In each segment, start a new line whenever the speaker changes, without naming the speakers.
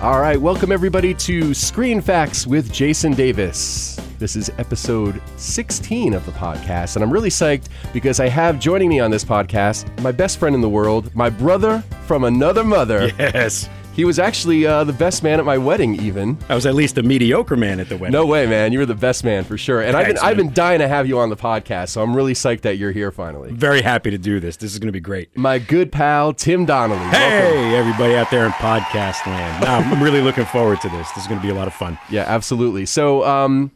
All right, welcome everybody to Screen Facts with Jason Davis. This is episode 16 of the podcast, and I'm really psyched because I have joining me on this podcast my best friend in the world, my brother from another mother.
Yes.
He was actually uh, the best man at my wedding, even.
I was at least a mediocre man at the wedding.
No way, man! You were the best man for sure, and I've been
Thanks,
I've
man.
been dying to have you on the podcast, so I'm really psyched that you're here finally.
Very happy to do this. This is going to be great.
My good pal Tim Donnelly. welcome.
Hey, everybody out there in podcast land. Nah, I'm really looking forward to this. This is going to be a lot of fun.
Yeah, absolutely. So um,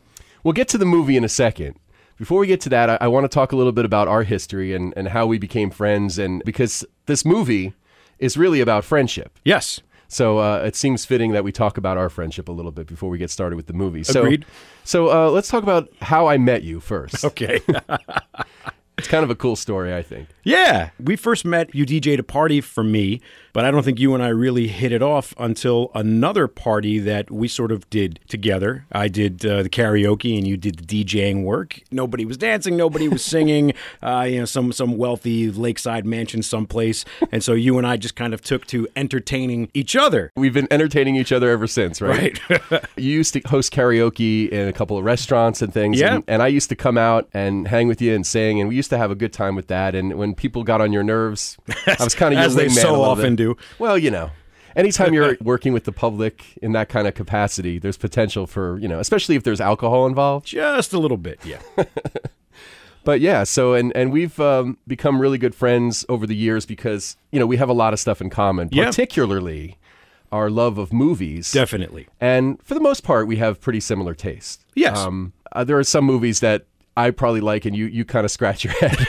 we'll get to the movie in a second. Before we get to that, I, I want to talk a little bit about our history and, and how we became friends, and because this movie is really about friendship.
Yes.
So uh, it seems fitting that we talk about our friendship a little bit before we get started with the movie. So,
Agreed.
So uh, let's talk about how I met you first.
Okay.
It's kind of a cool story, I think.
yeah. We first met. You DJ'd a party for me, but I don't think you and I really hit it off until another party that we sort of did together. I did uh, the karaoke and you did the DJing work. Nobody was dancing. Nobody was singing. Uh, you know, some some wealthy lakeside mansion someplace. And so you and I just kind of took to entertaining each other.
We've been entertaining each other ever since, right? Right. you used to host karaoke in a couple of restaurants and things.
Yeah.
And, and I used to come out and hang with you and sing, and we used to have a good time with that. And when people got on your nerves, I was kind of your
as they
wingman a
so
little
often
bit.
do.
Well, you know. Anytime you're working with the public in that kind of capacity, there's potential for, you know, especially if there's alcohol involved.
Just a little bit, yeah.
But yeah, so and and we've um, become really good friends over the years because, you know, we have a lot of stuff in common,
Yeah.
particularly our love of movies.
Definitely.
And for the most part, we have pretty similar taste.
Yes.
Um, uh, there are some movies that I probably like, and you you kind of scratch your head.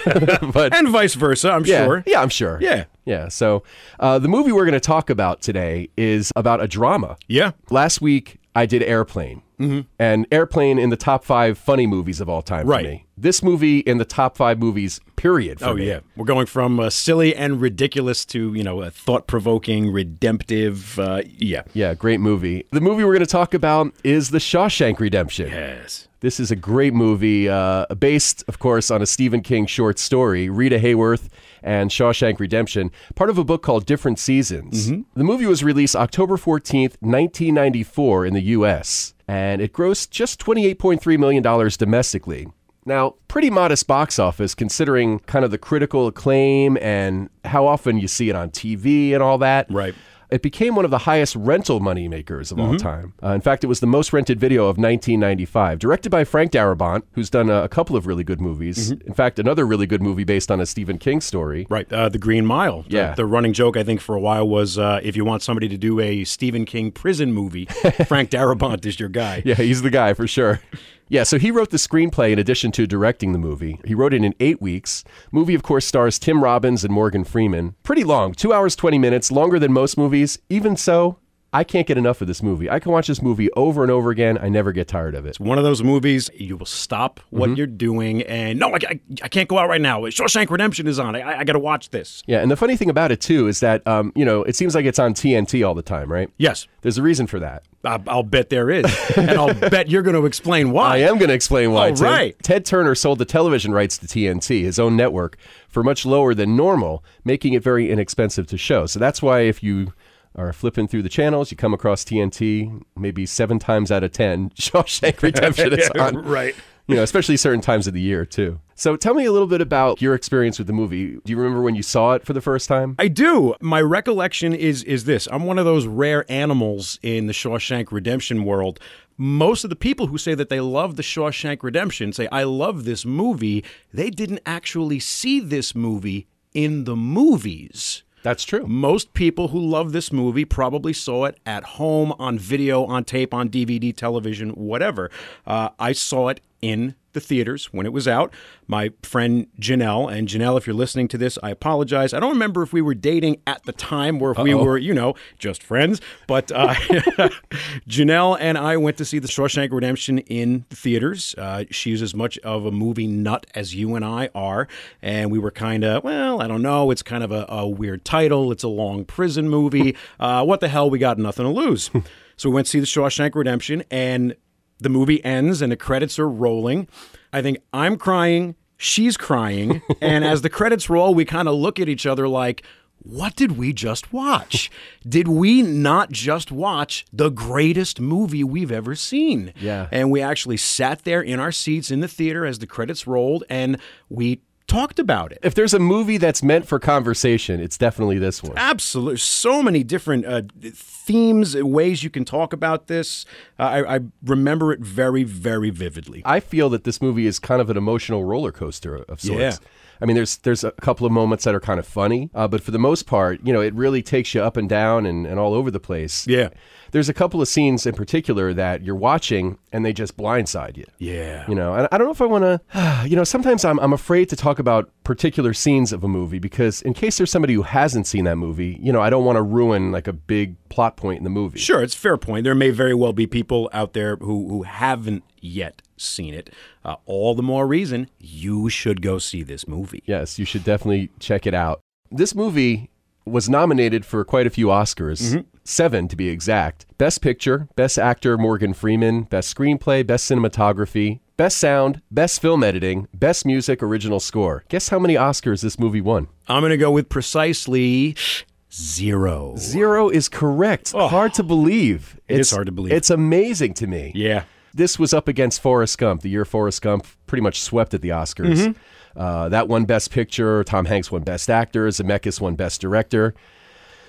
but
And vice versa, I'm
yeah,
sure.
yeah, I'm sure.
Yeah.
yeah. So uh, the movie we're going to talk about today is about a drama.
Yeah.
Last week I did Airplane,
Mm-hmm.
and Airplane in the top five funny movies of all time
Right.
for me. This movie in the top five movies, period. For
Oh,
me.
yeah. We're going from uh, silly and ridiculous to, you know, uh, thought provoking, redemptive. Uh, yeah.
Yeah, great movie. The movie we're going to talk about is The Shawshank Redemption.
Yes.
This is a great movie, uh, based, of course, on a Stephen King short story, Rita Hayworth and Shawshank Redemption, part of a book called Different Seasons. The movie was released October 14th, 1994, in the U.S., and it grossed just $28.3 million domestically. Now, pretty modest box office considering kind of the critical acclaim and how often you see it on TV and all that.
Right.
It became one of the highest rental money makers of all time. Uh, in fact, it was the most rented video of 1995, directed by Frank Darabont, who's done a, a couple of really good movies. In fact, another really good movie based on a Stephen King story.
Right. Uh, the Green Mile. The-
Yeah.
The, running joke, I think, for a while was uh, if you want somebody to do a Stephen King prison movie, Frank Darabont is your guy.
Yeah, he's the guy for sure. Yeah, so he wrote the screenplay in addition to directing the movie. He wrote it in eight weeks. Movie, of course, stars Tim Robbins and Morgan Freeman. Pretty long, two hours, 20 minutes, longer than most movies. Even so, I can't get enough of this movie. I can watch this movie over and over again. I never get tired of it.
One of those movies, you will stop what
Mm-hmm.
you're doing and no, I, I, I can't go out right now. Shawshank Redemption is on. I, I, I got to watch this.
Yeah, and the funny thing about it too is that um, you know it seems like it's on TNT all the time, right?
Yes.
There's a reason for that.
I, I'll bet there is, and I'll bet you're going to explain
I
why.
am going to explain why.
All
Tim.
Oh, right.
Ted Turner sold the television rights to TNT, his own network, for much lower than normal, making it very inexpensive to show. So that's why if you are flipping through the channels, you come across TNT. Maybe seven times out of ten, Shawshank Redemption is on.
right.
You know, especially certain times of the year too. So tell me a little bit about your experience with the movie. Do you remember when you saw it for the first time?
I do. My recollection is is this: I'm one of those rare animals in the Shawshank Redemption world. Most of the people who say that they love the Shawshank Redemption say, "I love this movie." They didn't actually see this movie in the movies.
That's true.
Most people who love this movie probably saw it at home, on video, on tape, on DVD, television, whatever. Uh, I saw it in the theaters when it was out. My friend Janelle, and Janelle, if you're listening to this, I apologize. I don't remember if we were dating at the time or if we were, you know, just friends, but uh, Janelle and I went to see The Shawshank Redemption in the theaters. Uh, she's as much of a movie nut as you and I are. And we were kind of, well, I don't know. It's kind of a, a weird title. It's a long prison movie. uh, what the hell? We got nothing to lose. so we went to see The Shawshank Redemption, and the movie ends, and the credits are rolling. I think I'm crying. She's crying. and as the credits roll, we kind of look at each other like, what did we just watch? did we not just watch the greatest movie we've ever seen?
Yeah.
And we actually sat there in our seats in the theater as the credits rolled and we talked about it.
If there's a movie that's meant for conversation, it's definitely this one.
Absolutely. So many different uh, themes, uh, ways you can talk about this. Uh, I, I remember it very, very vividly.
I feel that this movie is kind of an emotional roller coaster of sorts.
Yeah.
I mean, there's there's a couple of moments that are kind of funny, uh, but for the most part, you know, it really takes you up and down and, and all over the place.
Yeah.
There's a couple of scenes in particular that you're watching and they just blindside you.
Yeah.
You know, and I don't know if I want to, you know, sometimes I'm, I'm afraid to talk about particular scenes of a movie because in case there's somebody who hasn't seen that movie, you know, I don't want to ruin like a big plot point in the movie.
Sure, it's a fair point. There may very well be people out there who, who haven't yet seen it. Uh, all the more reason you should go see this movie.
Yes, you should definitely check it out. This movie was nominated for quite a few Oscars,
Mm-hmm.
seven to be exact. Best Picture, Best Actor Morgan Freeman, Best Screenplay, Best Cinematography, Best Sound, Best Film Editing, Best Music Original Score. Guess how many Oscars this movie won?
I'm going to go with precisely zero.
Zero is correct. Hard to believe.
Oh. It is hard to believe.
It's amazing to me.
Yeah.
This was up against Forrest Gump, the year Forrest Gump pretty much swept at the Oscars.
Mm-hmm.
Uh, that won Best Picture. Tom Hanks won Best Actor. Zemeckis won Best Director.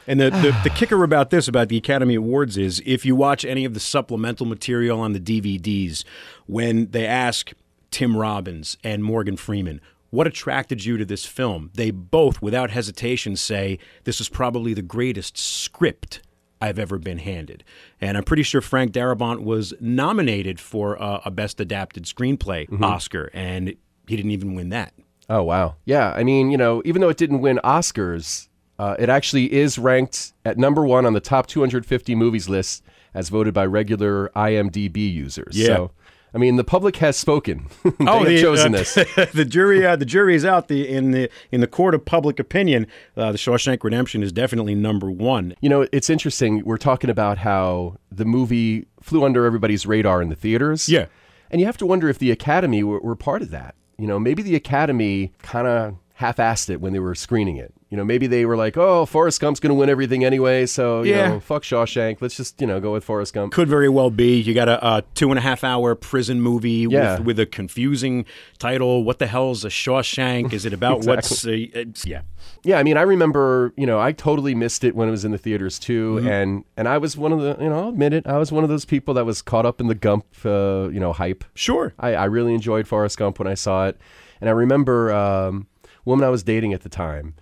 And the, the, the kicker about this, about the Academy Awards, is if you watch any of the supplemental material on the DVDs, when they ask Tim Robbins and Morgan Freeman, what attracted you to this film? They both, without hesitation, say, This is probably the greatest script I've ever been handed. And I'm pretty sure Frank Darabont was nominated for uh, a Best Adapted Screenplay Oscar, and he didn't even win that.
Oh wow, yeah. I mean, you know, even though it didn't win Oscars, uh, it actually is ranked at number one on the top 250 movies list as voted by regular IMDb users.
Yeah.
So, I mean, the public has spoken. they have
the,
chosen
uh,
this.
the jury, uh, the jury is out. The in the in the court of public opinion, uh, the Shawshank Redemption is definitely number one.
You know, it's interesting. We're talking about how the movie flew under everybody's radar in the theaters.
Yeah.
And you have to wonder if the Academy were, were part of that. You know, maybe the Academy kind of half assed it when they were screening it. You know, maybe they were like, oh, Forrest Gump's going to win everything anyway. So, you
Yeah.
know, fuck Shawshank. Let's just, you know, go with Forrest Gump.
Could very well be. You got a, uh two and a half hour prison movie
Yeah.
with, with a confusing title. What the hell's a Shawshank? Is it about what's? Uh, it's- yeah.
Yeah, I mean, I remember, you know, I totally missed it when it was in the theaters too,
Mm-hmm.
and and I was one of the, you know, I'll admit it, I was one of those people that was caught up in the Gump, uh, you know, hype.
Sure.
I, I really enjoyed Forrest Gump when I saw it, and I remember um, a woman I was dating at the time,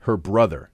her brother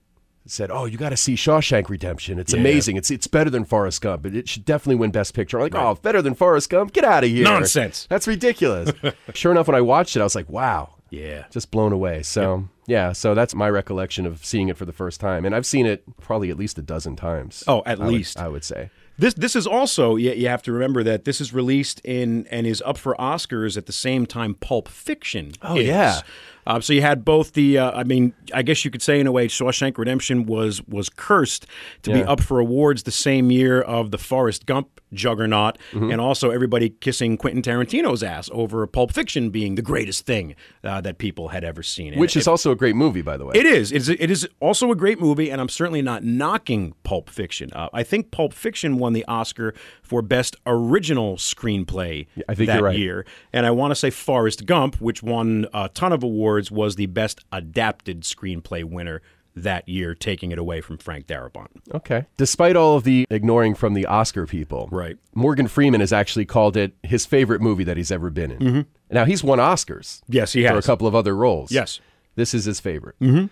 said, "Oh, you got to see Shawshank Redemption. It's amazing. It's it's better than Forrest Gump. It, it should definitely win Best Picture." I'm like, "Oh, better than Forrest Gump? Get out of here!
Nonsense.
That's ridiculous." sure enough, when I watched it, I was like, "Wow,
Yeah.
just blown away. So yeah, so that's my recollection of seeing it for the first time, and I've seen it probably at least a dozen times.
Oh, at
I would-
least.
I would say.
This this is also you, you have to remember that this is released in and is up for Oscars at the same time Pulp Fiction. Oh is.
yeah.
Um, so you had both the uh, I mean I guess you could say in a way Shawshank Redemption was was cursed to be
Yeah.
up for awards the same year of the Forrest Gump juggernaut
Mm-hmm.
and also everybody kissing Quentin Tarantino's ass over Pulp Fiction being the greatest thing uh, that people had ever seen. And
Which is also a great movie, by the way.
it is. It is, it is also a great movie, and I'm certainly not knocking Pulp Fiction. Uh, I think Pulp Fiction won the Oscar for Best Original Screenplay
I think
that
you're right.
year. And I want to say Forrest Gump, which won a ton of awards, was the Best Adapted Screenplay winner that year, taking it away from Frank Darabont.
okay. Despite all of the ignoring from the Oscar people,
Right.
Morgan Freeman has actually called it his favorite movie that he's ever been in. Now he's won Oscars.
Mm-hmm. Yes, he
for a
has.
couple of other roles.
Yes.
This is his favorite. Mm-hmm.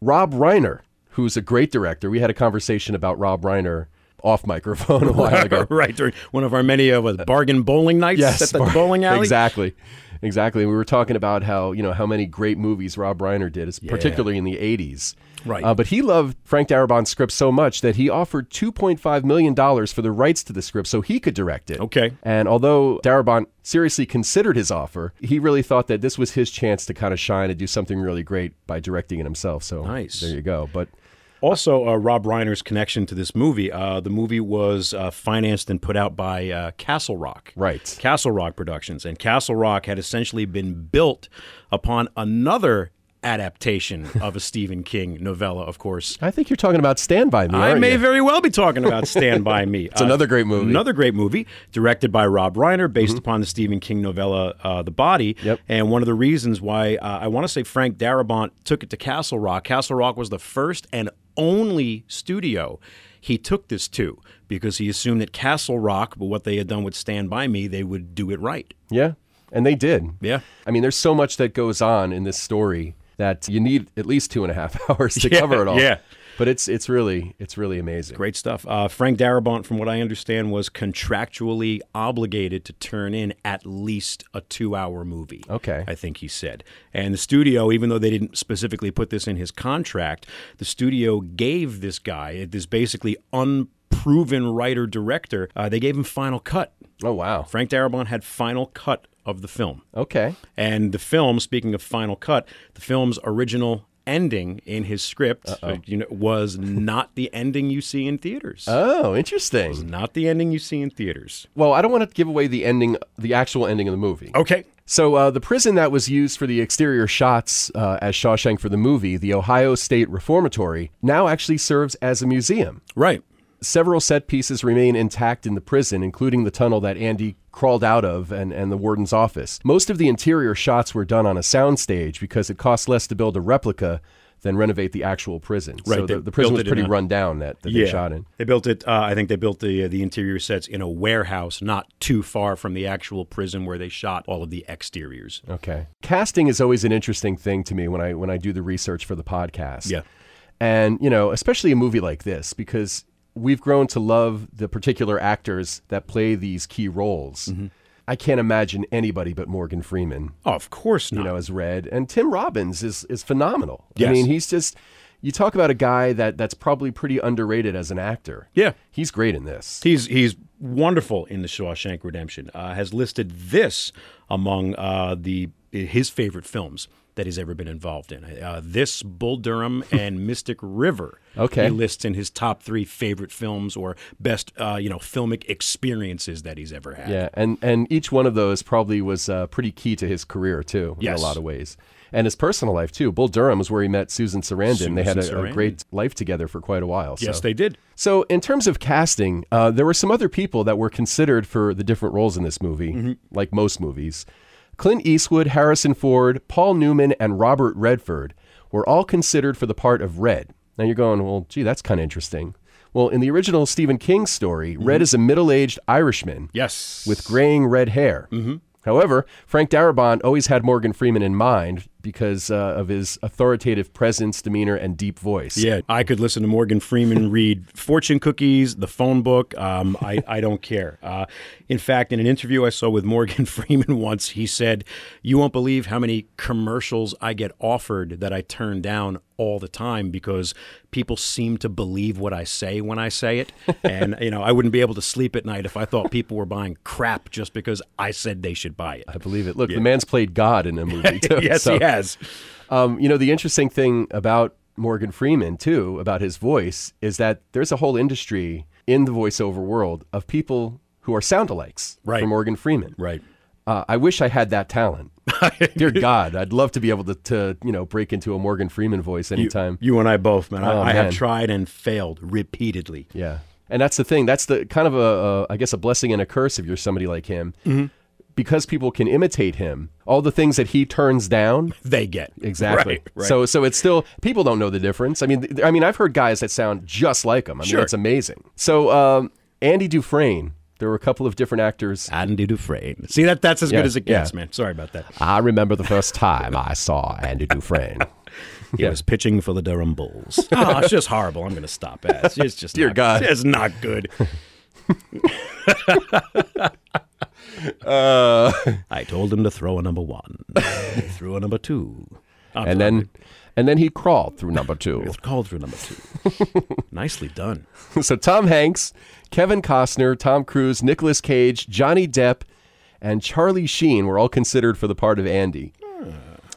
Rob Reiner, who's a great director. We had a conversation about Rob Reiner off microphone a while ago.
right during one of our many of uh, bargain bowling nights at the
Bar-
bowling alley.
Exactly. Exactly. We were talking about how, you know, how many great movies Rob Reiner did, is particularly in the 80s.
Right.
Uh, but he loved Frank Darabont's script so much that he offered $2.5 million for the rights to the script so he could direct it.
Okay.
And although Darabont seriously considered his offer, he really thought that this was his chance to kind of shine and do something really great by directing it himself. So
Nice.
there you go. But
Also, uh, Rob Reiner's connection to this movie. Uh, the movie was uh, financed and put out by uh, Castle Rock.
Right.
Castle Rock Productions. And Castle Rock had essentially been built upon another adaptation of a Stephen King novella, of course.
I think you're talking about Stand By Me.
I
aren't
may
you?
very well be talking about Stand By Me. It's
another great movie. Mm-hmm.
Another great movie, directed by Rob Reiner, based upon the Stephen King novella uh, The Body.
Yep.
And one of the reasons why uh, I want to say Frank Darabont took it to Castle Rock. Castle Rock was the first and only studio he took this to because he assumed that Castle Rock, but what they had done with Stand By Me, they would do it right.
Yeah. And they did.
Yeah.
I mean, there's so much that goes on in this story that you need at least two and a half hours to
Yeah,
cover it all.
yeah.
But it's it's really it's really amazing.
Great stuff. Uh, Frank Darabont, from what I understand, was contractually obligated to turn in at least a two hour movie.
Okay.
I think he said. And the studio, even though they didn't specifically put this in his contract, the studio gave this guy, this basically unproven writer director, uh, they gave him final cut.
Oh wow.
Frank Darabont had final cut of the film.
Okay.
And the film, speaking of Final Cut, the film's original ending in his script uh, you know, was not the ending you see in theaters.
Oh, interesting.
not the ending you see in theaters.
Well, I don't want to give away the ending, the actual ending of the movie.
Okay.
So uh, the prison that was used for the exterior shots uh, as Shawshank for the movie, the Ohio State Reformatory, now actually serves as a museum.
Right.
Several set pieces remain intact in the prison, including the tunnel that Andy crawled out of and, and the warden's office. Most of the interior shots were done on a soundstage because it costs less to build a replica than renovate the actual prison.
Right,
so the,
they
the prison
built
was
it in
pretty
a-
run down that, that they shot in.
They built it. Uh, I think they built the the interior sets in a warehouse, not too far from the actual prison where they shot all of the exteriors.
Okay. Casting is always an interesting thing to me when I when I do the research for the podcast.
Yeah.
And, you know, especially a movie like this because we've grown to love the particular actors that play these key roles.
Mm-hmm.
I can't imagine anybody but Morgan Freeman,
Oh, of course not.
Uh-huh. you know, as Red. And Tim Robbins is is phenomenal. I
Yes.
mean, he's just you talk about a guy that that's probably pretty underrated as an actor.
Yeah.
He's great in this.
He's he's wonderful in the Shawshank Redemption. Uh, has listed this among uh, the his favorite films that he's ever been involved in. Uh, this Bull Durham and Mystic River.
Okay.
he lists in his top three favorite films or best uh, you know filmic experiences that he's ever had.
Yeah, and and each one of those probably was uh, pretty key to his career too, in
Yes.
a lot of ways, and his personal life too. Bull Durham was where he met Susan Sarandon. they had a,
Susan
a
Sarandon.
great life together for quite a while. So.
Yes, they did.
So in terms of casting, uh, there were some other people that were considered for the different roles in this movie, like most movies. Clint Eastwood, Harrison Ford, Paul Newman, and Robert Redford were all considered for the part of Red. Now you're going, well, gee, that's kind of interesting. Well, in the original Stephen King story, Red is a middle-aged Irishman
Yes,
with graying red hair. Mm-hmm. However, Frank Darabont always had Morgan Freeman in mind because uh, of his authoritative presence, demeanor, and deep voice.
Yeah, I could listen to Morgan Freeman read fortune cookies, the phone book. Um, I, I don't care. Uh, in fact, in an interview I saw with Morgan Freeman once, he said, You won't believe how many commercials I get offered that I turn down all the time because people seem to believe what I say when I say it. And, you know, I wouldn't be able to sleep at night if I thought people were buying crap just because I said they should buy it.
I believe it. Look, the man's played God in a movie too.
yes,
so,
he has.
Um, you know, the interesting thing about Morgan Freeman too, about his voice, is that there's a whole industry in the voiceover world of people who are sound alikes
Right.
for Morgan Freeman.
Right.
Uh, I wish I had that talent. Dear God, I'd love to be able to, to you know, break into a Morgan Freeman voice anytime.
You and I both, man. I, I
Oh, man.
have tried and failed repeatedly.
Yeah. And that's the thing. That's the kind of a, a I guess, a blessing and a curse if you're somebody like him.
Mm-hmm.
Because people can imitate him, all the things that he turns down.
they get
Exactly.
Right, right.
So, so it's still people don't know the difference. I mean, th- I mean, I've heard guys that sound just like him. I mean,
Sure.
it's amazing. So, um, Andy Dufresne. There were a couple of different actors.
Andy Dufresne. See that that's as
Yeah,
good as it gets,
yeah.
man. Sorry about that.
I remember the first time I saw Andy Dufresne.
He was pitching for the Durham Bulls. oh, it's just horrible. I'm going to stop it. It's just, just
Dear
not,
God.
it's not good. Uh, I told him to throw a number one. He threw a number two. Oh,
and then, and then he crawled through number two.
it's called through number two. Nicely done.
so Tom Hanks, Kevin Costner, Tom Cruise, Nicolas Cage, Johnny Depp, and Charlie Sheen were all considered for the part of Andy.
Hmm.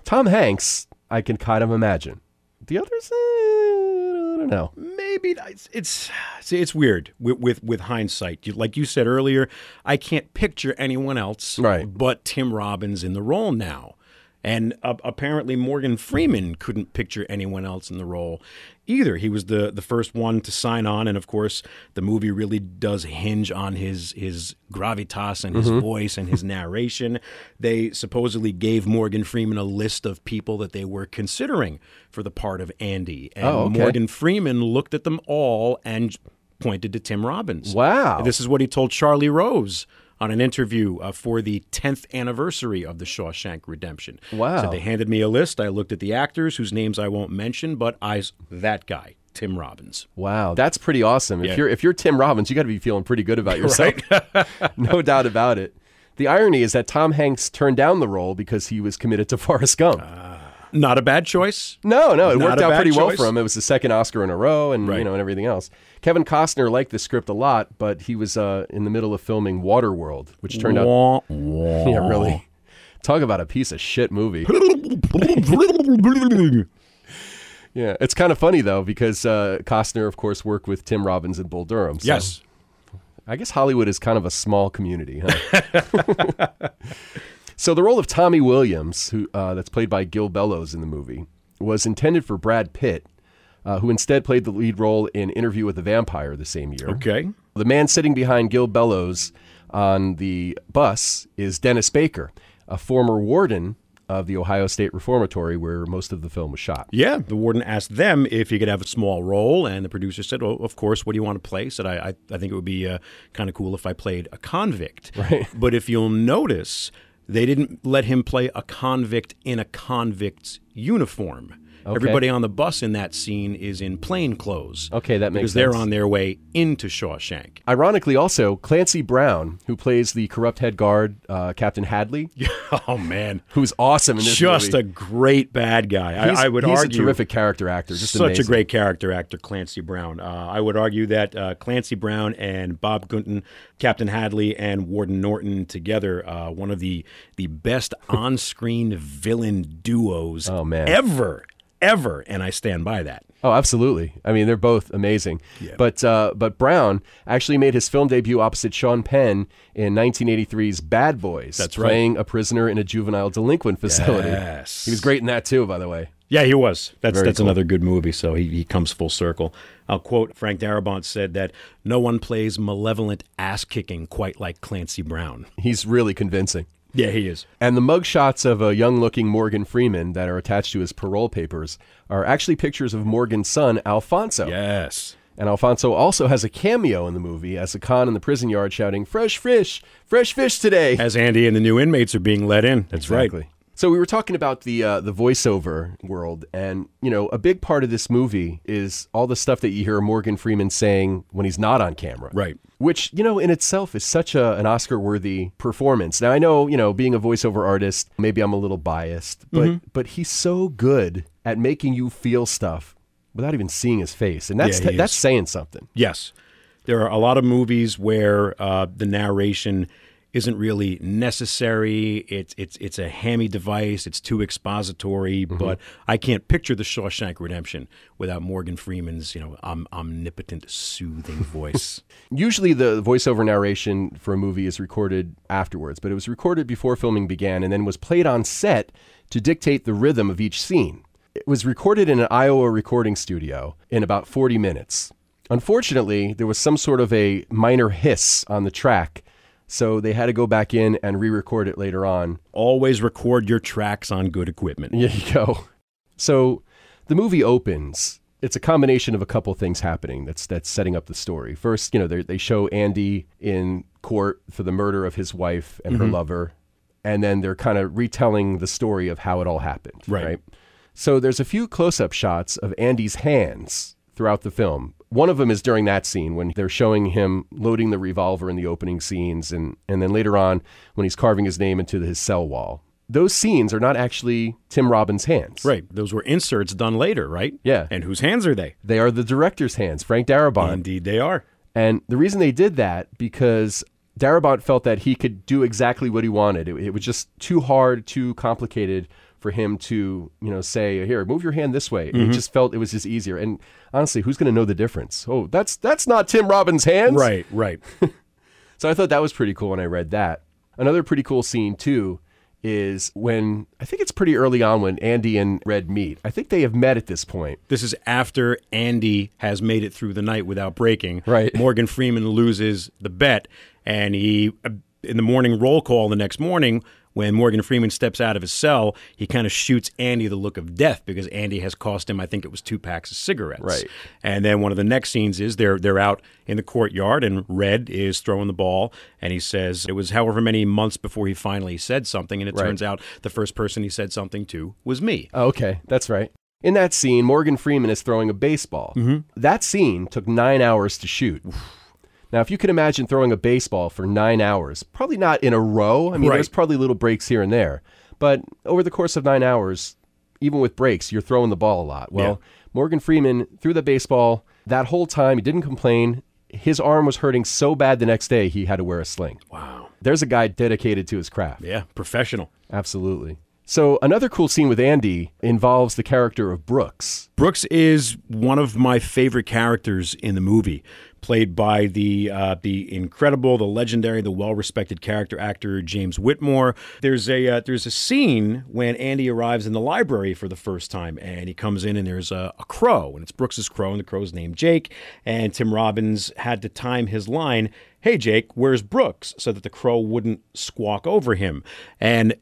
Tom Hanks, I can kind of imagine. The others, eh, I don't know.
maybe it's it's see, it's weird with, with with hindsight. You- Like you said earlier, I can't picture anyone else
Right.
but Tim Robbins in the role now. And uh, apparently, Morgan Freeman couldn't picture anyone else in the role either. He was the the first one to sign on, and of course, the movie really does hinge on his his gravitas and his
Mm-hmm.
voice and his narration. They supposedly gave Morgan Freeman a list of people that they were considering for the part of Andy, and
Oh, okay.
Morgan Freeman looked at them all and pointed to Tim Robbins.
Wow.
This is what he told Charlie Rose on an interview uh, for the 10th anniversary of the Shawshank Redemption.
Wow.
So they handed me a list. I looked at the actors whose names I won't mention, but I that guy, Tim Robbins.
Wow, that's pretty awesome. If you're if you're Tim Robbins, you got to be feeling pretty good about yourself. no doubt about it. The irony is that Tom Hanks turned down the role because he was committed to Forrest Gump.
Not a bad choice.
no, no, it
Uh, not
worked
a
out
bad
pretty well
choice.
for him. It was the second Oscar in a row, and you
Right.
know, and everything else. Kevin Costner liked the script a lot, but he was uh, in the middle of filming Waterworld, which turned out
Wah, wah.
yeah, really talk about a piece of shit movie. yeah, it's kind of funny though because uh, Costner, of course, worked with Tim Robbins and Bull Durham. so-
Yes.
I guess Hollywood is kind of a small community, huh? so the role of Tommy Williams, who uh, that's played by Gil Bellows in the movie, was intended for Brad Pitt, uh, who instead played the lead role in Interview with the Vampire the same year.
Okay.
The man sitting behind Gil Bellows on the bus is Dennis Baker, a former warden of the Ohio State Reformatory, where most of the film was shot.
Yeah, the warden asked them if he could have a small role, and the producer said, "Well, of course. What do you want to play?" Said, "I, I, I think it would be uh, kind of cool if I played a convict." Right. But if you'll notice, they didn't let him play a convict in a convict's uniform. Everybody on the bus in that scene is in plain clothes.
Okay, that makes
because they're
sense.
on their way into Shawshank.
Ironically, also, Clancy Brown, who plays the corrupt head guard, uh, Captain Hadley,
oh man,
who's awesome in this
just
movie.
a great bad guy.
He's-
I, I would
he's
argue
a terrific character actor. Just
Such
amazing.
a great character actor, Clancy Brown. Uh, I would argue that uh, Clancy Brown and Bob Gunton, Captain Hadley, and Warden Norton together, uh, one of the the best on screen villain duos
Oh, man.
ever, ever. And I stand by that.
Oh, absolutely. I mean, they're both amazing. But uh, but Brown actually made his film debut opposite Sean Penn in 1983's Bad Boys.
That's right.
playing a prisoner in a juvenile delinquent facility.
Yes.
He was great in that too, by the way.
Yeah, he was. That's that's
cool.
another good movie. So he, he comes full circle. I'll quote Frank Darabont said that no one plays malevolent ass kicking quite like Clancy Brown.
He's really convincing.
Yeah, he is.
And the mugshots of a young looking Morgan Freeman that are attached to his parole papers are actually pictures of Morgan's son, Alfonso.
Yes.
And Alfonso also has a cameo in the movie as a con in the prison yard shouting, Fresh fish, fresh fish today.
As Andy and the new inmates are being let in. That's right.
So we were talking about the uh, the voiceover world, and you know, a big part of this movie is all the stuff that you hear Morgan Freeman saying when he's not on camera,
Right.
Which you know, in itself, is such a, an Oscar worthy performance. Now I know, you know, being a voiceover artist, maybe I'm a little biased, but
Mm-hmm.
but he's so good at making you feel stuff without even seeing his face, and that's
Yeah, he
that's
is.
saying something.
Yes. There are a lot of movies where uh, the narration isn't really necessary. It's it's it's a hammy device. It's too expository. But I can't picture the Shawshank Redemption without Morgan Freeman's you know om- omnipotent soothing voice.
Usually, the voiceover narration for a movie is recorded afterwards, but it was recorded before filming began and then was played on set to dictate the rhythm of each scene. It was recorded in an Iowa recording studio in about 40 minutes. Unfortunately, there was some sort of a minor hiss on the track, so they had to go back in and re record it later on.
Always record your tracks on good equipment.
There you go. So the movie opens. It's a combination of a couple things happening that's that's setting up the story. First, you know, they they show Andy in court for the murder of his wife and her lover, and then they're kind of retelling the story of how it all happened.
Right.
So there's a few close-up shots of Andy's hands throughout the film. One of them is during that scene when they're showing him loading the revolver in the opening scenes and and then later on when he's carving his name into his cell wall. Those scenes are not actually Tim Robbins' hands.
Right. Those were inserts done later, right?
Yeah.
And whose hands are they?
They are the director's hands, Frank Darabont.
Indeed, they are.
And the reason they did that because Darabont felt that he could do exactly what he wanted. It, it was just too hard, too complicated for him to, you know, say, "Here, move your hand this way." It just felt it was just easier. And honestly, who's going to know the difference? Oh, that's that's not Tim Robbins' hands.
Right. Right.
So I thought that was pretty cool when I read that. Another pretty cool scene too is when I think it's pretty early on when Andy and Red meet. I think they have met at this point.
This is after Andy has made it through the night without breaking.
Right.
Morgan Freeman loses the bet, and he, uh, in the morning roll call the next morning, when Morgan Freeman steps out of his cell, he kind of shoots Andy the look of death because Andy has cost him, I think it was two packs of cigarettes.
Right.
And then one of the next scenes is they're they're out in the courtyard and Red is throwing the ball and he says it was however many months before he finally said something and it
Right.
turns out the first person he said something to was me.
Oh, okay, that's right. In that scene, Morgan Freeman is throwing a baseball.
Mm-hmm.
That scene took nine hours to shoot. Now, if you can imagine throwing a baseball for nine hours, probably not in a row. I mean,
Right.
there's probably little breaks here and there. But over the course of nine hours, even with breaks, you're throwing the ball a lot. Well, Morgan Freeman threw the baseball that whole time. He didn't complain. His arm was hurting so bad the next day, he had to wear a sling.
Wow.
There's a guy dedicated to his craft.
Yeah, professional.
Absolutely. So another cool scene with Andy involves the character of Brooks.
Brooks is one of my favorite characters in the movie, played by the uh, the incredible, the legendary, the well-respected character actor James Whitmore. There's a uh, there's a scene when Andy arrives in the library for the first time, and he comes in and there's a, a crow, and it's Brooks's crow, and the crow's named Jake. And Tim Robbins had to time his line, "Hey Jake, where's Brooks?" so that the crow wouldn't squawk over him, and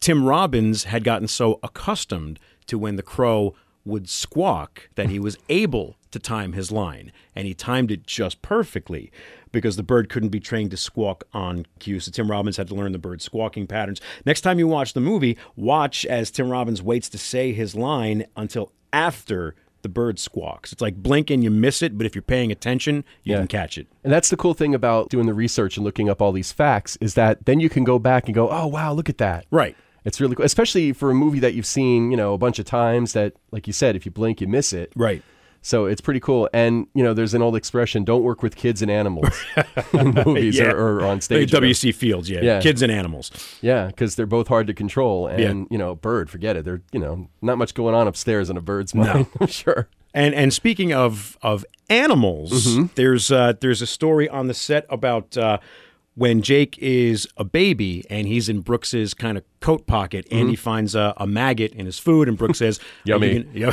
Tim Robbins had gotten so accustomed to when the crow would squawk that he was able to time his line, and he timed it just perfectly because the bird couldn't be trained to squawk on cue. So Tim Robbins had to learn the bird's squawking patterns. Next time you watch the movie, watch as Tim Robbins waits to say his line until after the bird squawks. It's like blink and you miss it, but if you're paying attention, you can catch it.
And that's the cool thing about doing the research and looking up all these facts is that then you can go back and go, "Oh wow, look at that."
Right.
It's really cool, especially for a movie that you've seen, you know, a bunch of times that like you said, if you blink you miss it.
Right.
So it's pretty cool. And, you know, there's an old expression, don't work with kids and animals in movies
Yeah.
or, or on stage.
WC Fields, yeah.
Yeah.
Kids and animals.
Yeah, because they're both hard to control. And,
Yeah.
you know, a bird, forget it. They're, you know, not much going on upstairs in a bird's mind, I'm sure.
And and speaking of of animals, there's uh, there's a story on the set about uh, when Jake is a baby and he's in Brooks's kind of coat pocket, and he finds a, a maggot in his food, and Brooks says, "Are you
Yummy.
gonna-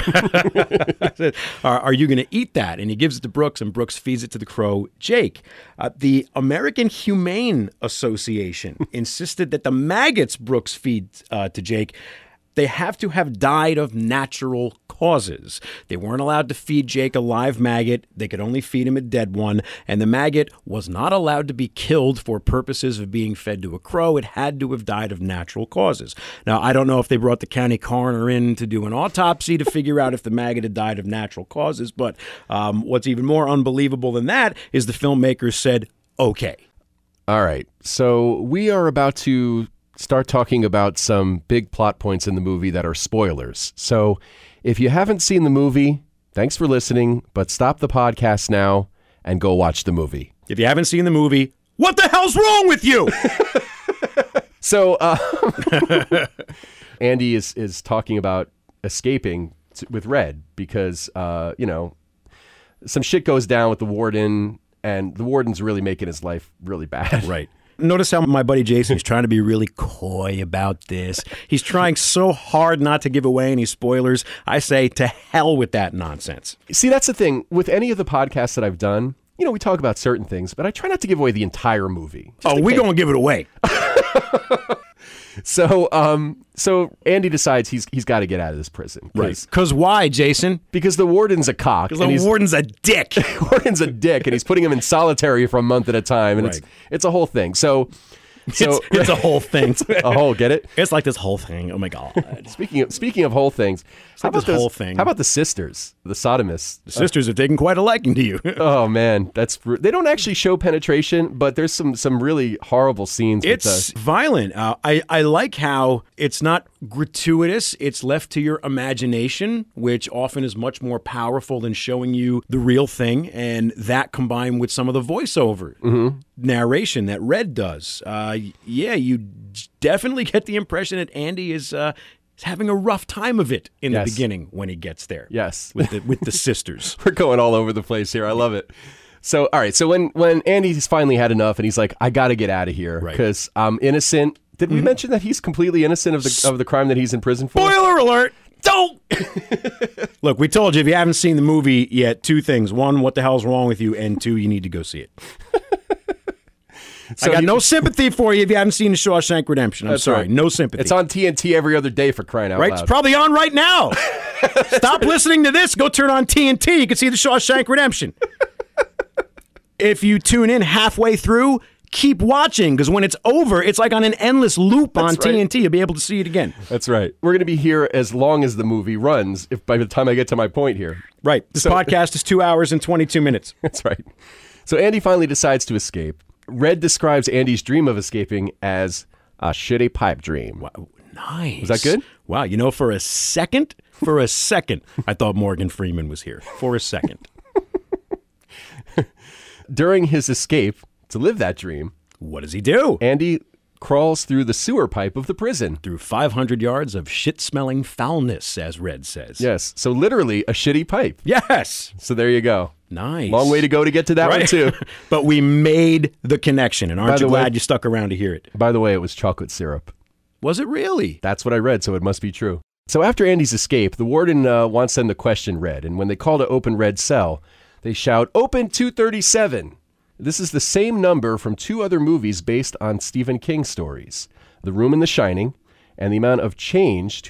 Yep. are, are you going to eat that?" And he gives it to Brooks, and Brooks feeds it to the crow Jake. Uh, the American Humane Association insisted that the maggots Brooks feeds uh, to Jake they have to have died of natural causes. They weren't allowed to feed Jake a live maggot. They could only feed him a dead one. And the maggot was not allowed to be killed for purposes of being fed to a crow. It had to have died of natural causes. Now, I don't know if they brought the county coroner in to do an autopsy to figure out if the maggot had died of natural causes. But um, what's even more unbelievable than that is the filmmakers said, okay.
All right. So we are about to start talking about some big plot points in the movie that are spoilers. So if you haven't seen the movie, thanks for listening, but stop the podcast now and go watch the movie.
If you haven't seen the movie, what the hell's wrong with you?
So uh, Andy is is talking about escaping t- with Red because uh, you know some shit goes down with the warden, and the warden's really making his life really bad.
Right. Notice how my buddy Jason is trying to be really coy about this. He's trying so hard not to give away any spoilers. I say to hell with that nonsense.
See, that's the thing with any of the podcasts that I've done. You know, we talk about certain things, but I try not to give away the entire movie.
oh, we're going to give it away.
So, um, so Andy decides he's he's got to get out of this prison, 'Cause-
Because why, Jason?
Because the warden's a cock,
The
and he's
warden's a dick.
warden's a dick, and he's putting him in solitary for a month at a time, and it's
Right.
it's a whole thing. So, so
it's, it's a whole thing.
a whole get it.
it's like this whole thing. Oh, my God.
Speaking of speaking of whole things, how
like
about
this
those-
whole thing.
How about the sisters, the sodomists?
The sisters have taken quite a liking to you.
Oh man, that's bru- they don't actually show penetration, but there's some some really horrible scenes. with the-
It's violent. Uh, I I like how it's not gratuitous. It's left to your imagination, which often is much more powerful than showing you the real thing. And that combined with some of the voiceover narration that Red does, uh, yeah, you d- definitely get the impression that Andy is. Uh, is having a rough time of it in
Yes.
the beginning when he gets there.
Yes.
with the with the sisters.
we're going all over the place here. I love it. So, all right. So when when Andy's finally had enough, and he's like, "I got to get out of here
Right. Mm-hmm.
because I'm innocent. Did we mention that he's completely innocent of the of the crime that he's in prison for?
Spoiler alert! Don't! Look, we told you if you haven't seen the movie yet, two things. One, what the hell's wrong with you? And two, you need to go see it. I got
you-
no sympathy for you if you haven't seen Shawshank Redemption. I'm sorry.
right.
No sympathy.
It's on TNT every other day for crying out
right? It's
loud.
probably on right now. Stop listening to this. Go turn on TNT. You can see the Shawshank Redemption. if you tune in halfway through, keep watching because when it's over, it's like on an endless loop on
right.
TNT. You'll be able to see it again.
That's right. We're going to be here as long as the movie runs. If by the time I get to my point here,
Right. This
So-
podcast is two hours and 22 minutes.
That's right. So Andy finally decides to escape. Red describes Andy's dream of escaping as a shitty pipe dream.
Wow, nice. Was
that good?
Wow. You know, for a second, for a second, I thought Morgan Freeman was here. For a second.
During his escape to live that dream,
what does he do?
Andy crawls through the sewer pipe of the prison.
Through 500 yards of shit smelling foulness, as Red says.
Yes. So literally a shitty pipe.
Yes.
So there you go.
Nice.
Long way to go to get to that one
Right.
too.
but we made the connection, and
By
aren't
the
you
way-
glad you stuck around to hear it?
By the way, it was chocolate syrup.
Was it really?
That's what I read, so it must be true. So after Andy's escape, the warden uh, wants them to question Red, and when they call to open Red's cell, they shout, Open 237! This is the same number from two other movies based on Stephen King stories The Room in the Shining, and the amount of change,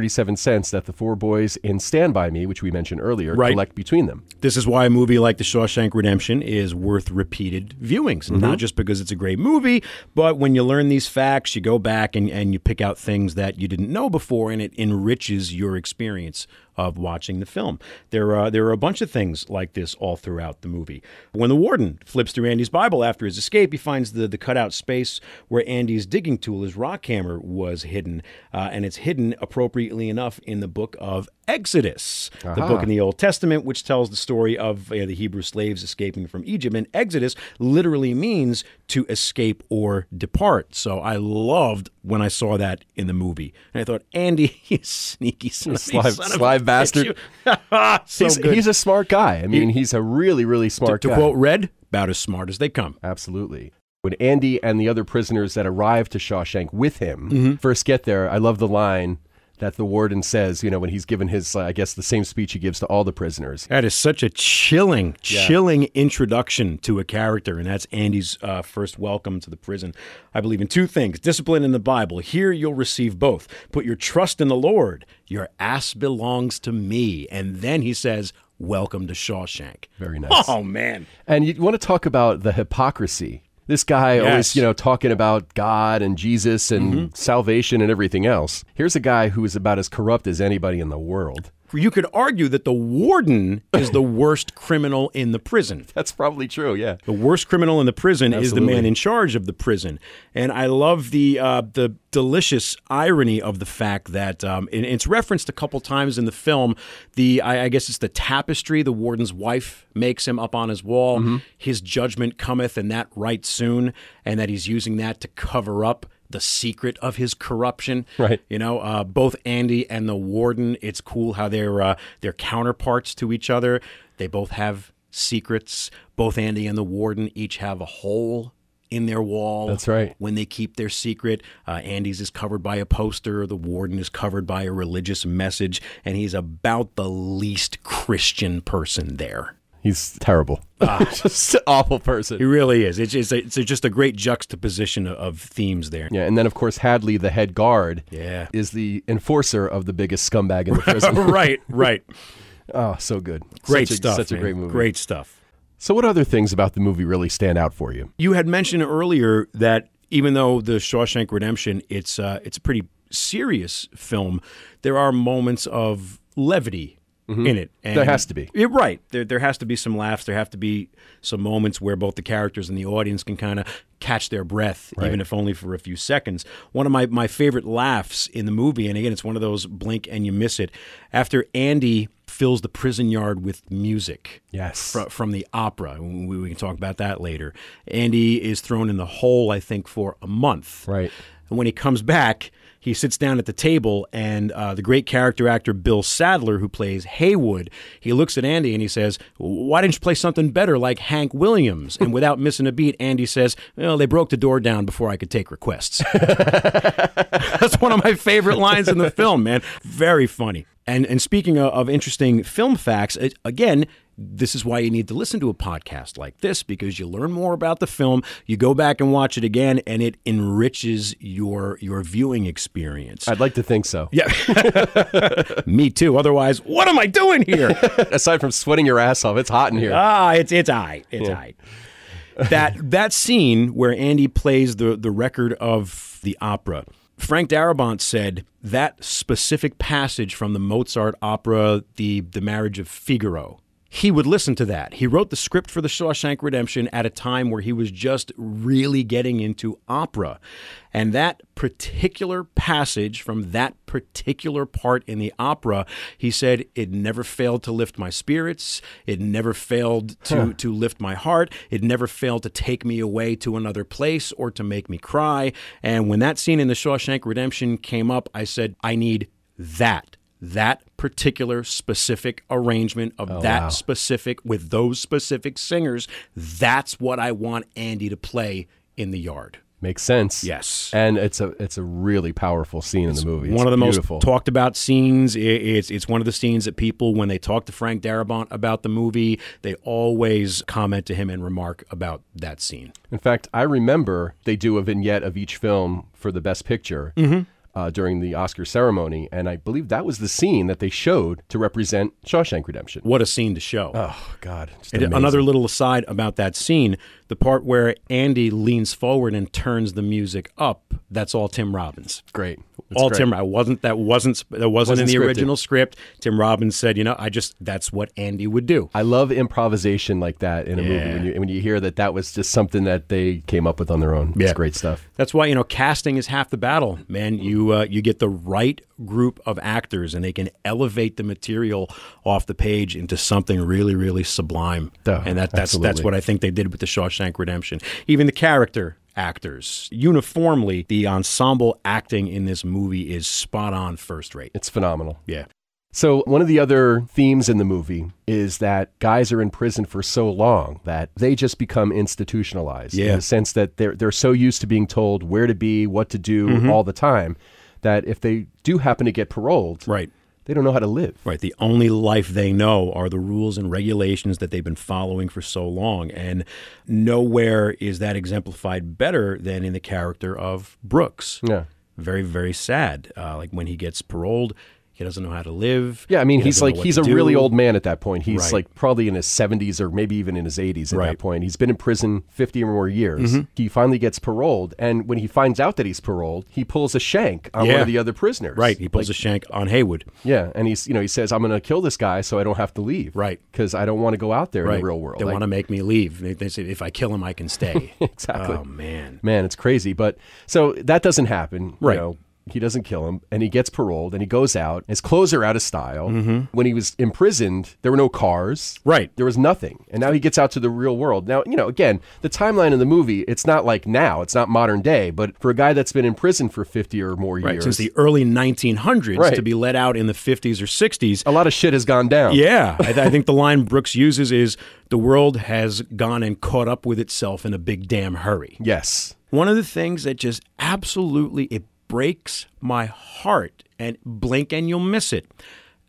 $2.37, that the four boys in Stand By Me, which we mentioned earlier,
Right.
collect between them.
This is why a movie like The Shawshank Redemption is worth repeated viewings, not just because it's a great movie, but when you learn these facts, you go back and, and you pick out things that you didn't know before, and it enriches your experience of watching the film. There are, there are a bunch of things like this all throughout the movie. When the warden flips through Andy's Bible after his escape, he finds the, the cutout space where Andy's digging tool, his rock hammer, was hidden, uh, and it's hidden appropriately enough in the book of Exodus, the book in the Old Testament, which tells the story of uh, the Hebrew slaves escaping from Egypt. And Exodus literally means to escape or depart. So I loved when I saw that in the movie, and I thought, Andy, you sneaky son, of a-
Sly-
son of
sly
a bitch,
bastard.
you- so
he's,
good.
he's a smart guy. I mean, he's a really, really smart
to
guy.
quote Red, about as smart as they come.
Absolutely. When Andy and the other prisoners that arrived to Shawshank with him first get there, I love the line that the warden says, you know, when he's given his, uh, I guess, the same speech he gives to all the prisoners.
That is such a chilling, chilling introduction to a character, and that's Andy's uh, first welcome to the prison. I believe in two things discipline and the Bible. Here you'll receive both. Put your trust in the Lord. Your ass belongs to me. And then he says, Welcome to Shawshank.
Very nice.
Oh, man.
And you want to talk about the hypocrisy. This guy always,
Yes.
you know, talking about God and Jesus and salvation and everything else. Here's a guy who is about as corrupt as anybody in the world.
You could argue that the warden is the worst criminal in the prison.
That's probably true, yeah.
The worst criminal in the prison is the
Absolutely.
man in charge of the prison, and I love the uh, the delicious irony of the fact that um, and it's referenced a couple times in the film. The I, I guess it's the tapestry the warden's wife makes him up on his wall.
Mm-hmm.
His judgment cometh, and that right soon, and that he's using that to cover up the secret of his corruption.
Right.
You know, uh, both Andy and the warden. It's cool how they're uh, they're counterparts to each other. They both have secrets. Both Andy and the warden each have a hole in their wall.
That's right.
When they keep their secret, uh, Andy's is covered by a poster. The warden is covered by a religious message, and he's about the least Christian person there.
He's terrible. Just an awful person.
He really is. It's, it's, a, it's just a great juxtaposition of, of themes there.
Yeah, and then of course Hadley, the head guard,
Yeah.
is the enforcer of the biggest scumbag in the prison.
right, right.
oh, so good,
Great
such a,
stuff.
such a
man.
great movie.
Great stuff.
So, what other things about the movie really stand out for you?
You had mentioned earlier that even though the Shawshank Redemption, it's uh, it's a pretty serious film. There are moments of levity in it. And
Mm-hmm. There has to be.
Yeah, right. There there has to be some laughs. There have to be some moments where both the characters and the audience can kind of catch their breath, even if only for a few seconds. One of my my favorite laughs in the movie, and again, it's one of those blink and you miss it. After Andy fills the prison yard with music
Yes,
fr- from the opera. We, we can talk about that later. Andy is thrown in the hole, I think, for a month.
Right.
And when he comes back, He sits down at the table, and uh, the great character actor Bill Sadler, who plays Haywood, he looks at Andy and he says, "Why didn't you play something better like Hank Williams?" And without missing a beat, Andy says, "Well, they broke the door down before I could take requests." That's one of my favorite lines in the film, man. Very funny. And and speaking of, of interesting film facts, it, again, this is why you need to listen to a podcast like this because you learn more about the film, you go back and watch it again, and it enriches your your viewing experience.
I'd like to think so.
yeah, me too. Otherwise, what am I doing here?
Aside from sweating your ass off, it's hot in here.
Ah, it's it's I. It's I. That that scene where Andy plays the the record of the opera. Frank Darabont said that specific passage from the Mozart opera, the the Marriage of Figaro. He would listen to that. He wrote the script for The Shawshank Redemption at a time where he was just really getting into opera. And that particular passage from that particular part in the opera, he said, it never failed to lift my spirits. It never failed to, to lift my heart. It never failed to take me away to another place or to make me cry. And when that scene in The Shawshank Redemption came up, I said, I need that. That particular specific arrangement of that specific with those specific singers, that's what I want Andy to play in the yard.
Makes sense.
Yes.
And it's a it's a really powerful scene in the movie. It's
one of the
beautiful.
most talked about scenes. I- It's it's one of the scenes that people, when they talk to Frank Darabont about the movie, they always comment to him and remark about that scene.
In fact, I remember they do a vignette of each film for the best picture
Mm-hmm.
uh, during the Oscar ceremony, and I believe that was the scene that they showed to represent Shawshank Redemption.
What a scene to show!
Oh God! just
And
amazing.
another little aside about that scene: the part where Andy leans forward and turns the music up. That's all Tim Robbins.
great.
all Tim. I wasn't that wasn't sp- that wasn't, in
Wasn't
the
scripted.
original script. Tim Robbins said, you know, I just that's what Andy would do.
I love improvisation like that in a movie when you when you hear that that was just something that they came up with on their own.
Yeah.
It's great stuff.
That's why you know casting is half the battle, man. You uh, you get the right group of actors, and they can elevate the material off the page into something really, really sublime.
Duh,
and that, that's that's
absolutely.
what I think they did with the Shawshank Redemption. Even the character actors, uniformly, the ensemble acting in this movie is spot on, first rate.
It's phenomenal.
Yeah,
So, one of the other themes in the movie is that guys are in prison for so long that they just become institutionalized in
Yeah.
the sense that they're, they're so used to being told where to be, what to do
Mm-hmm.
all the time, that if they do happen to get paroled,
right.
they don't know how to live.
Right. The only life they know are the rules and regulations that they've been following for so long. And nowhere is that exemplified better than in the character of Brooks.
Yeah.
Very, very sad. Uh, like when he gets paroled, he doesn't know how to live.
Yeah, I mean,
He
he's
doesn't know
like
what
he's
to
a
do.
really old man at that point. He's
Right.
like probably in his 70s or maybe even in his 80s at
Right. Mm-hmm.
that point. He's been in prison 50 or more years. He finally gets paroled, and when he finds out that he's paroled, he pulls a shank on one
Yeah.
of the other prisoners.
Right. He pulls a shank on Haywood.
Yeah, and he's you know he says I'm going to kill this guy so I don't have to leave.
Right.
Because I don't want to go out there in
Right.
the real world.
They
Like,
want to make me leave. They, they say, if I kill him, I can stay.
exactly.
oh, man.
Man, it's crazy. But so that doesn't happen.
Right.
You know, he doesn't kill him, and he gets paroled, and he goes out. His clothes are out of style.
Mm-hmm.
When he was imprisoned, there were no cars.
Right.
There was nothing, and now he gets out to the real world. Now, you know, again, the timeline in the movie, it's not like now, it's not modern day, but for a guy that's been in prison for fifty or more years,
Since the early 1900s
Right.
to be let out in the 50s or 60s,
a lot of shit has gone down.
Yeah, I, I think the line Brooks uses is the world has gone and caught up with itself in a big damn hurry.
Yes.
One of the things that just absolutely it breaks my heart and blink and you'll miss it.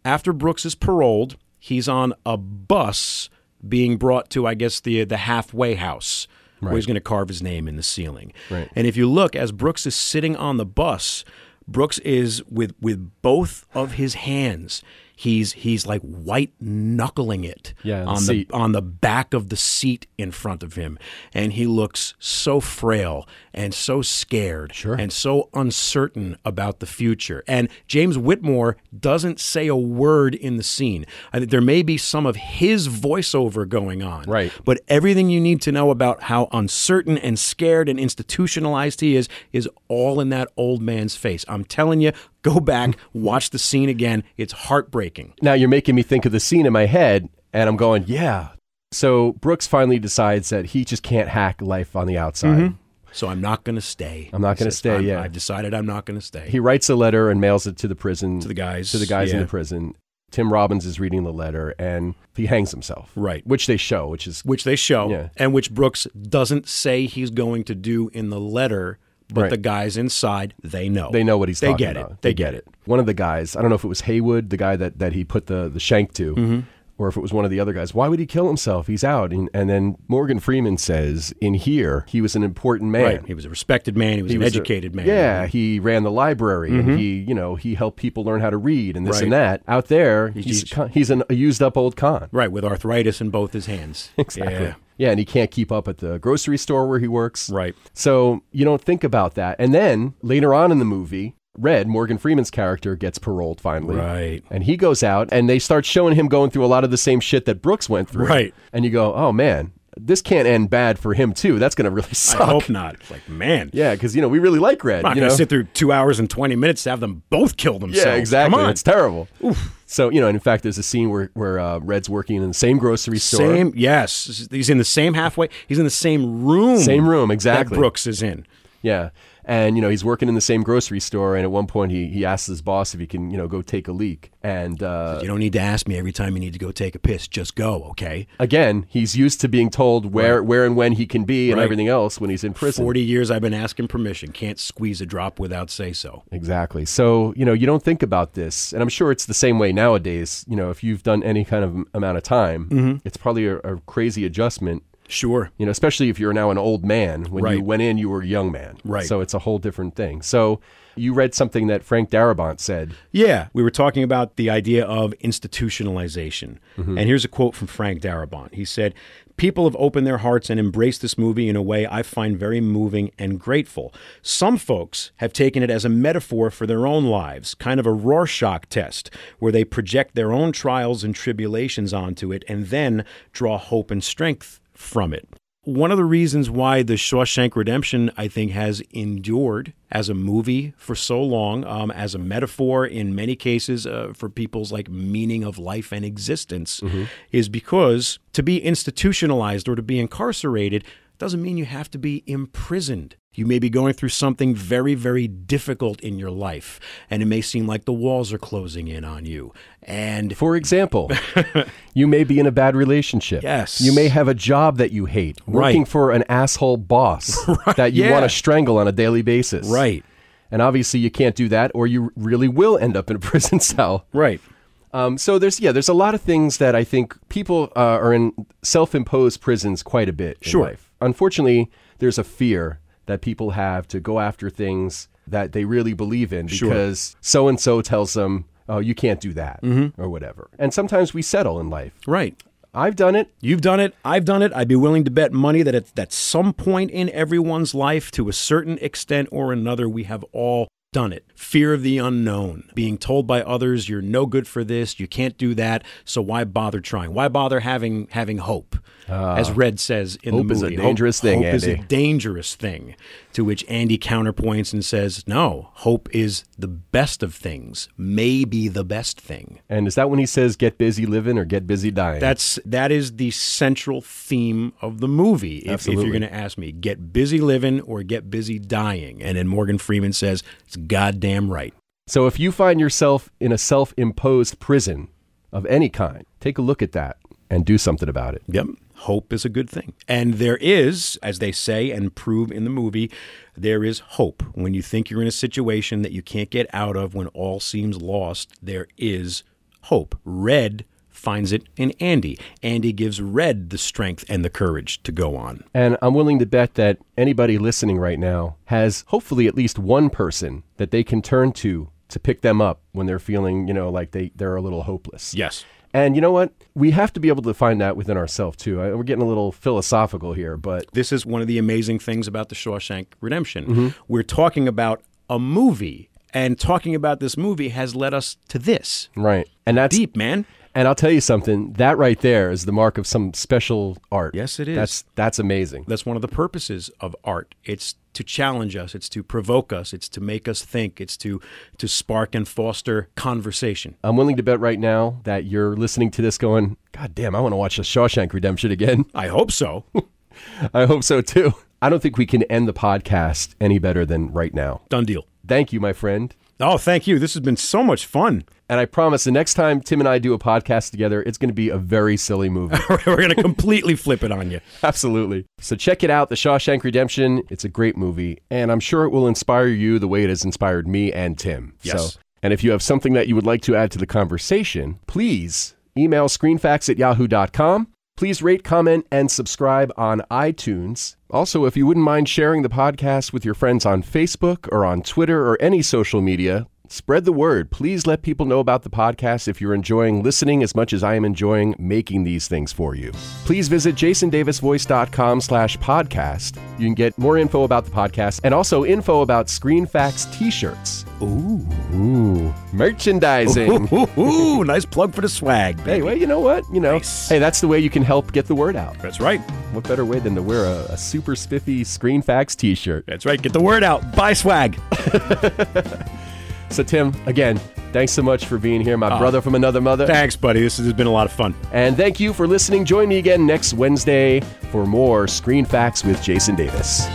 After Brooks is paroled, he's on a bus being brought to I guess the the halfway house where he's going to carve his name in the ceiling.
Right.
And if you look as Brooks is sitting on the bus, Brooks is with with both of his hands. He's he's like white knuckling it
Yeah, the
on the
seat.
on the back of the seat in front of him and he looks so frail and so scared and so uncertain about the future and James Whitmore doesn't say a word in the scene I think there may be some of his voiceover going on
Right.
but everything you need to know about how uncertain and scared and institutionalized he is is all in that old man's face I'm telling you go back watch the scene again it's heartbreaking
now you're making me think of the scene in my head and i'm going yeah so brooks finally decides that he just can't hack life on the outside
So I'm not going to stay.
I'm not
He
gonna
says,
stay,
"I'm-
yeah."
I've decided I'm not going to stay.
He writes a letter and mails it to the prison
to the guys.
to the guys in
yeah.
the prison. Tim Robbins is reading the letter and he hangs himself.
Right.
Which they show, which is
Which they show,
Yeah.
and which Brooks doesn't say he's going to do in the letter, but
Right.
the guys inside, they know.
they know what he's
They
talking
get it.
about.
They get it.
One of the guys, I don't know if it was Haywood, the guy that, that he put the, the shank to,
Mm-hmm.
or if it was one of the other guys, why would he kill himself? He's out. And, and then Morgan Freeman says, in here, he was an important man.
Right. He was a respected man. He was an
was a-
educated man. Mm-hmm.
Yeah, he ran the library and he, you know, he helped people learn how to read and this and that. Out there, he's, a con- he's an, a used up old con.
Right, with arthritis in both his hands.
Exactly.
Yeah.
Yeah. and he can't keep up at the grocery store where he works.
Right.
So you don't think about that. And then later on in the movie, Red, Morgan Freeman's character, gets paroled finally.
Right.
And he goes out and they start showing him going through a lot of the same shit that Brooks went through.
Right.
And you go, oh man, this can't end bad for him too. That's going to really
I
suck.
hope not. It's like, man,
Yeah, because, you know, we really like Red.
I'm not
you
going
know?
to sit through two hours and 20 minutes to have them both kill themselves.
Yeah, exactly.
Come on.
It's terrible. So, you know, and in fact, there's a scene where, where uh, Red's working in the same grocery store.
Same, yes. He's in the same halfway. He's in the same room.
Same room, exactly.
That Brooks is in.
Yeah. And, you know, he's working in the same grocery store. And at one point, he, he asks his boss if he can, you know, go take a leak. And uh,
You don't need to ask me every time you need to go take a piss. Just go, okay?
again, he's used to being told where, where and when he can be and
Right.
everything else when he's in prison.
40 years I've been asking permission. Can't squeeze a drop without say so.
Exactly. So, you know, you don't think about this. And I'm sure it's the same way nowadays. You know, if you've done any kind of amount of time,
Mm-hmm.
it's probably a, a crazy adjustment.
Sure.
You know, especially if you're now an old man. When
Right.
you went in, you were a young man.
Right.
So it's a whole different thing. So you read something that Frank Darabont said.
Yeah, we were talking about the idea of institutionalization. And here's a quote from Frank Darabont. He said, People have opened their hearts and embraced this movie in a way I find very moving and grateful. Some folks have taken it as a metaphor for their own lives, kind of a Rorschach test, where they project their own trials and tribulations onto it and then draw hope and strength from it. One of the reasons why The Shawshank Redemption, I think, has endured as a movie for so long, um, as a metaphor in many cases uh, for people's like meaning of life and existence, is because to be institutionalized or to be incarcerated doesn't mean you have to be imprisoned. You may be going through something very, very difficult in your life, and it may seem like the walls are closing in on you. And
For example, you may be in a bad relationship.
Yes.
You may have a job that you hate, working
Right.
for an asshole boss that you
yeah.
want to strangle on a daily basis.
right,
And obviously, you can't do that, or you really will end up in a prison cell.
right,
Um, so there's yeah, there's a lot of things that I think people uh, are in self-imposed prisons quite a bit. in
Sure.
life. Unfortunately, there's a fear that people have to go after things that they really believe in because so and so tells them, "Oh, you can't do that,"
Mm-hmm.
or whatever. And sometimes we settle in life.
right.
I've done it.
You've done it. I've done it. I'd be willing to bet money that at, at some point in everyone's life, to a certain extent or another, we have all done it. Fear of the unknown, being told by others, you're no good for this, you can't do that, so why bother trying? Why bother having having hope? As Red says in
Ah. hope
the
is a
movie,
dangerous thing,
Hope is a
Andy.
dangerous thing. To which Andy counterpoints and says, no, hope is the best of things, maybe the best thing.
And is that when he says, "Get busy living" or "Get busy dying"?
That's that is the central theme of the movie. If, if you're
Absolutely.
going to ask me, get busy living or get busy dying, and then Morgan Freeman says it's goddamn right.
so if you find yourself in a self-imposed prison of any kind, take a look at that and do something about it.
Yep, hope is a good thing, and there is, as they say and prove in the movie, there is hope when you think you're in a situation that you can't get out of, when all seems lost. There is hope. Red finds it in Andy. Andy gives Red the strength and the courage to go on.
And I'm willing to bet that anybody listening right now has hopefully at least one person that they can turn to to pick them up when they're feeling, you know, like they, they're a little hopeless.
Yes.
And you know what? We have to be able to find that within ourselves too. I, we're getting a little philosophical here, but
This is one of the amazing things about the Shawshank Redemption. We're talking about a movie, and talking about this movie has led us to this.
right. And that's
Deep, man.
And I'll tell you something, that right there is the mark of some special art.
Yes, it is.
That's that's amazing.
That's one of the purposes of art. It's to challenge us, it's to provoke us, it's to make us think, it's to to spark and foster conversation.
I'm willing to bet right now that you're listening to this going, God damn, I want to watch the Shawshank Redemption again.
I hope so.
I hope so too. I don't think we can end the podcast any better than right now.
Done deal.
Thank you, my friend.
Oh, thank you. This has been so much fun.
And I promise the next time Tim and I do a podcast together, it's going to be a very silly movie.
We're going to completely flip it on you.
Absolutely. So check it out The Shawshank Redemption. It's a great movie, and I'm sure it will inspire you the way it has inspired me and Tim.
Yes.
So, and if you have something that you would like to add to the conversation, please email screenfacts at yahoo.com. Please rate, comment, and subscribe on iTunes. Also, if you wouldn't mind sharing the podcast with your friends on Facebook or on Twitter or any social media, spread the word. Please let people know about the podcast if you're enjoying listening as much as I am enjoying making these things for you. Please visit jasondavisvoice.com slash podcast. You can get more info about the podcast and also info about Screen Facts t-shirts.
Ooh.
Ooh, merchandising.
Ooh, ooh, ooh, nice plug for the swag.
Hey, well, you know what? You know,
Nice.
hey, that's the way you can help get the word out.
That's right.
What better way than to wear a, a super spiffy Screen Facts t shirt?
That's right. Get the word out. Buy swag.
So, Tim, again, thanks so much for being here, my
Ah.
brother from another mother.
Thanks, buddy. This has been a lot of fun.
and thank you for listening. Join me again next Wednesday for more Screen Facts with Jason Davis.